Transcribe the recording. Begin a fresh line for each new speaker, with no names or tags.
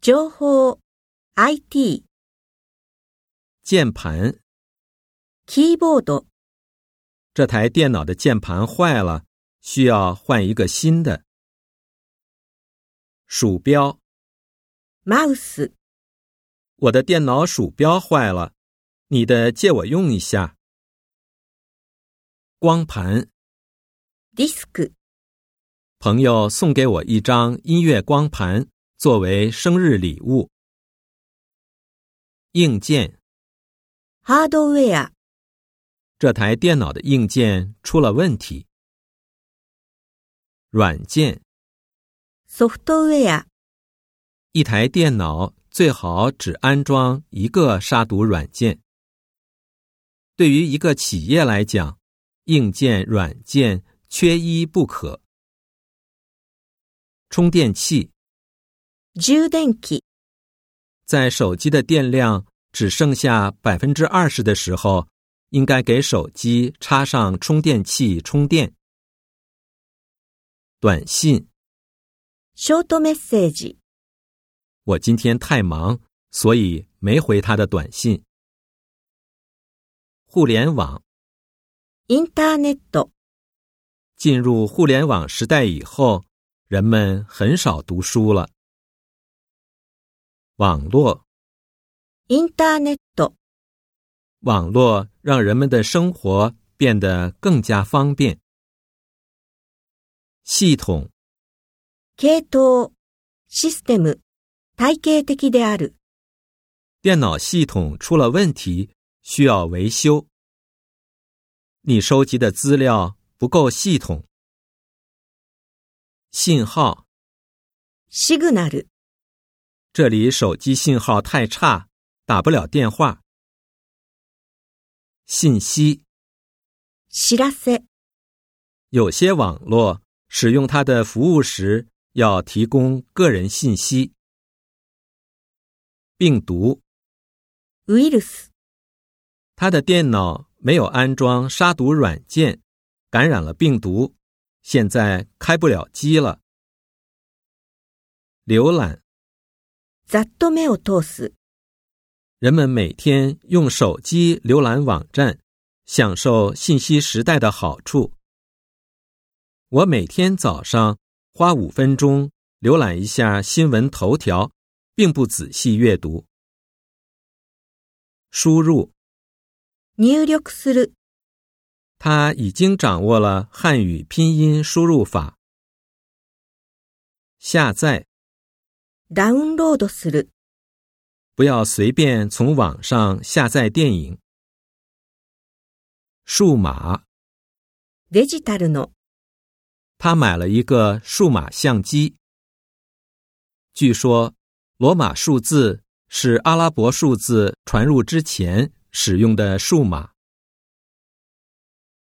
情報、IT、
键盘，
キーボード、
这台电脑的键盘坏了，需要换一个新的。鼠标，
マウス、
我的电脑鼠标坏了，你的借我用一下。光盘，
ディスク、
朋友送给我一张音乐光盘作为生日礼物。硬件，
ハードウェア、
这台电脑的硬件出了问题。软件，
ソフトウェア、
一台电脑最好只安装一个杀毒软件。对于一个企业来讲，硬件、软件缺一不可。充电器
充電器、
在手机的电量只剩下百分之二十的时候，应该给手机插上充电器充电。短信，
ショートメッセージ、
我今天太忙，所以没回他的短信。互联网
インターネット、
进入互联网时代以后，人们很少读书了。网络，
インターネット、
网络让人们的生活变得更加方便。系统，
系統、システム、体系的である、
电脑系统出了问题，需要维修。你收集的资料不够系统。信号，
シグナル、
这里手机信号太差，打不了电话。信息，
知らせ、
有些网络使用它的服务时要提供个人信息。病毒，
ウイルス、
他的电脑没有安装杀毒软件，感染了病毒，现在开不了机了。浏览，
ざっと目を通す、
人们每天用手机浏览网站，享受信息时代的好处。我每天早上花五分钟浏览一下新闻头条，并不仔细阅读。输入，
入力する、
他已经掌握了汉语拼音输入法。下载，
ダウンロードする、
不要随便从网上下载电影。数码，
デジタルの、
他买了一个数码相机。据说，罗马数字是阿拉伯数字传入之前使用的数码。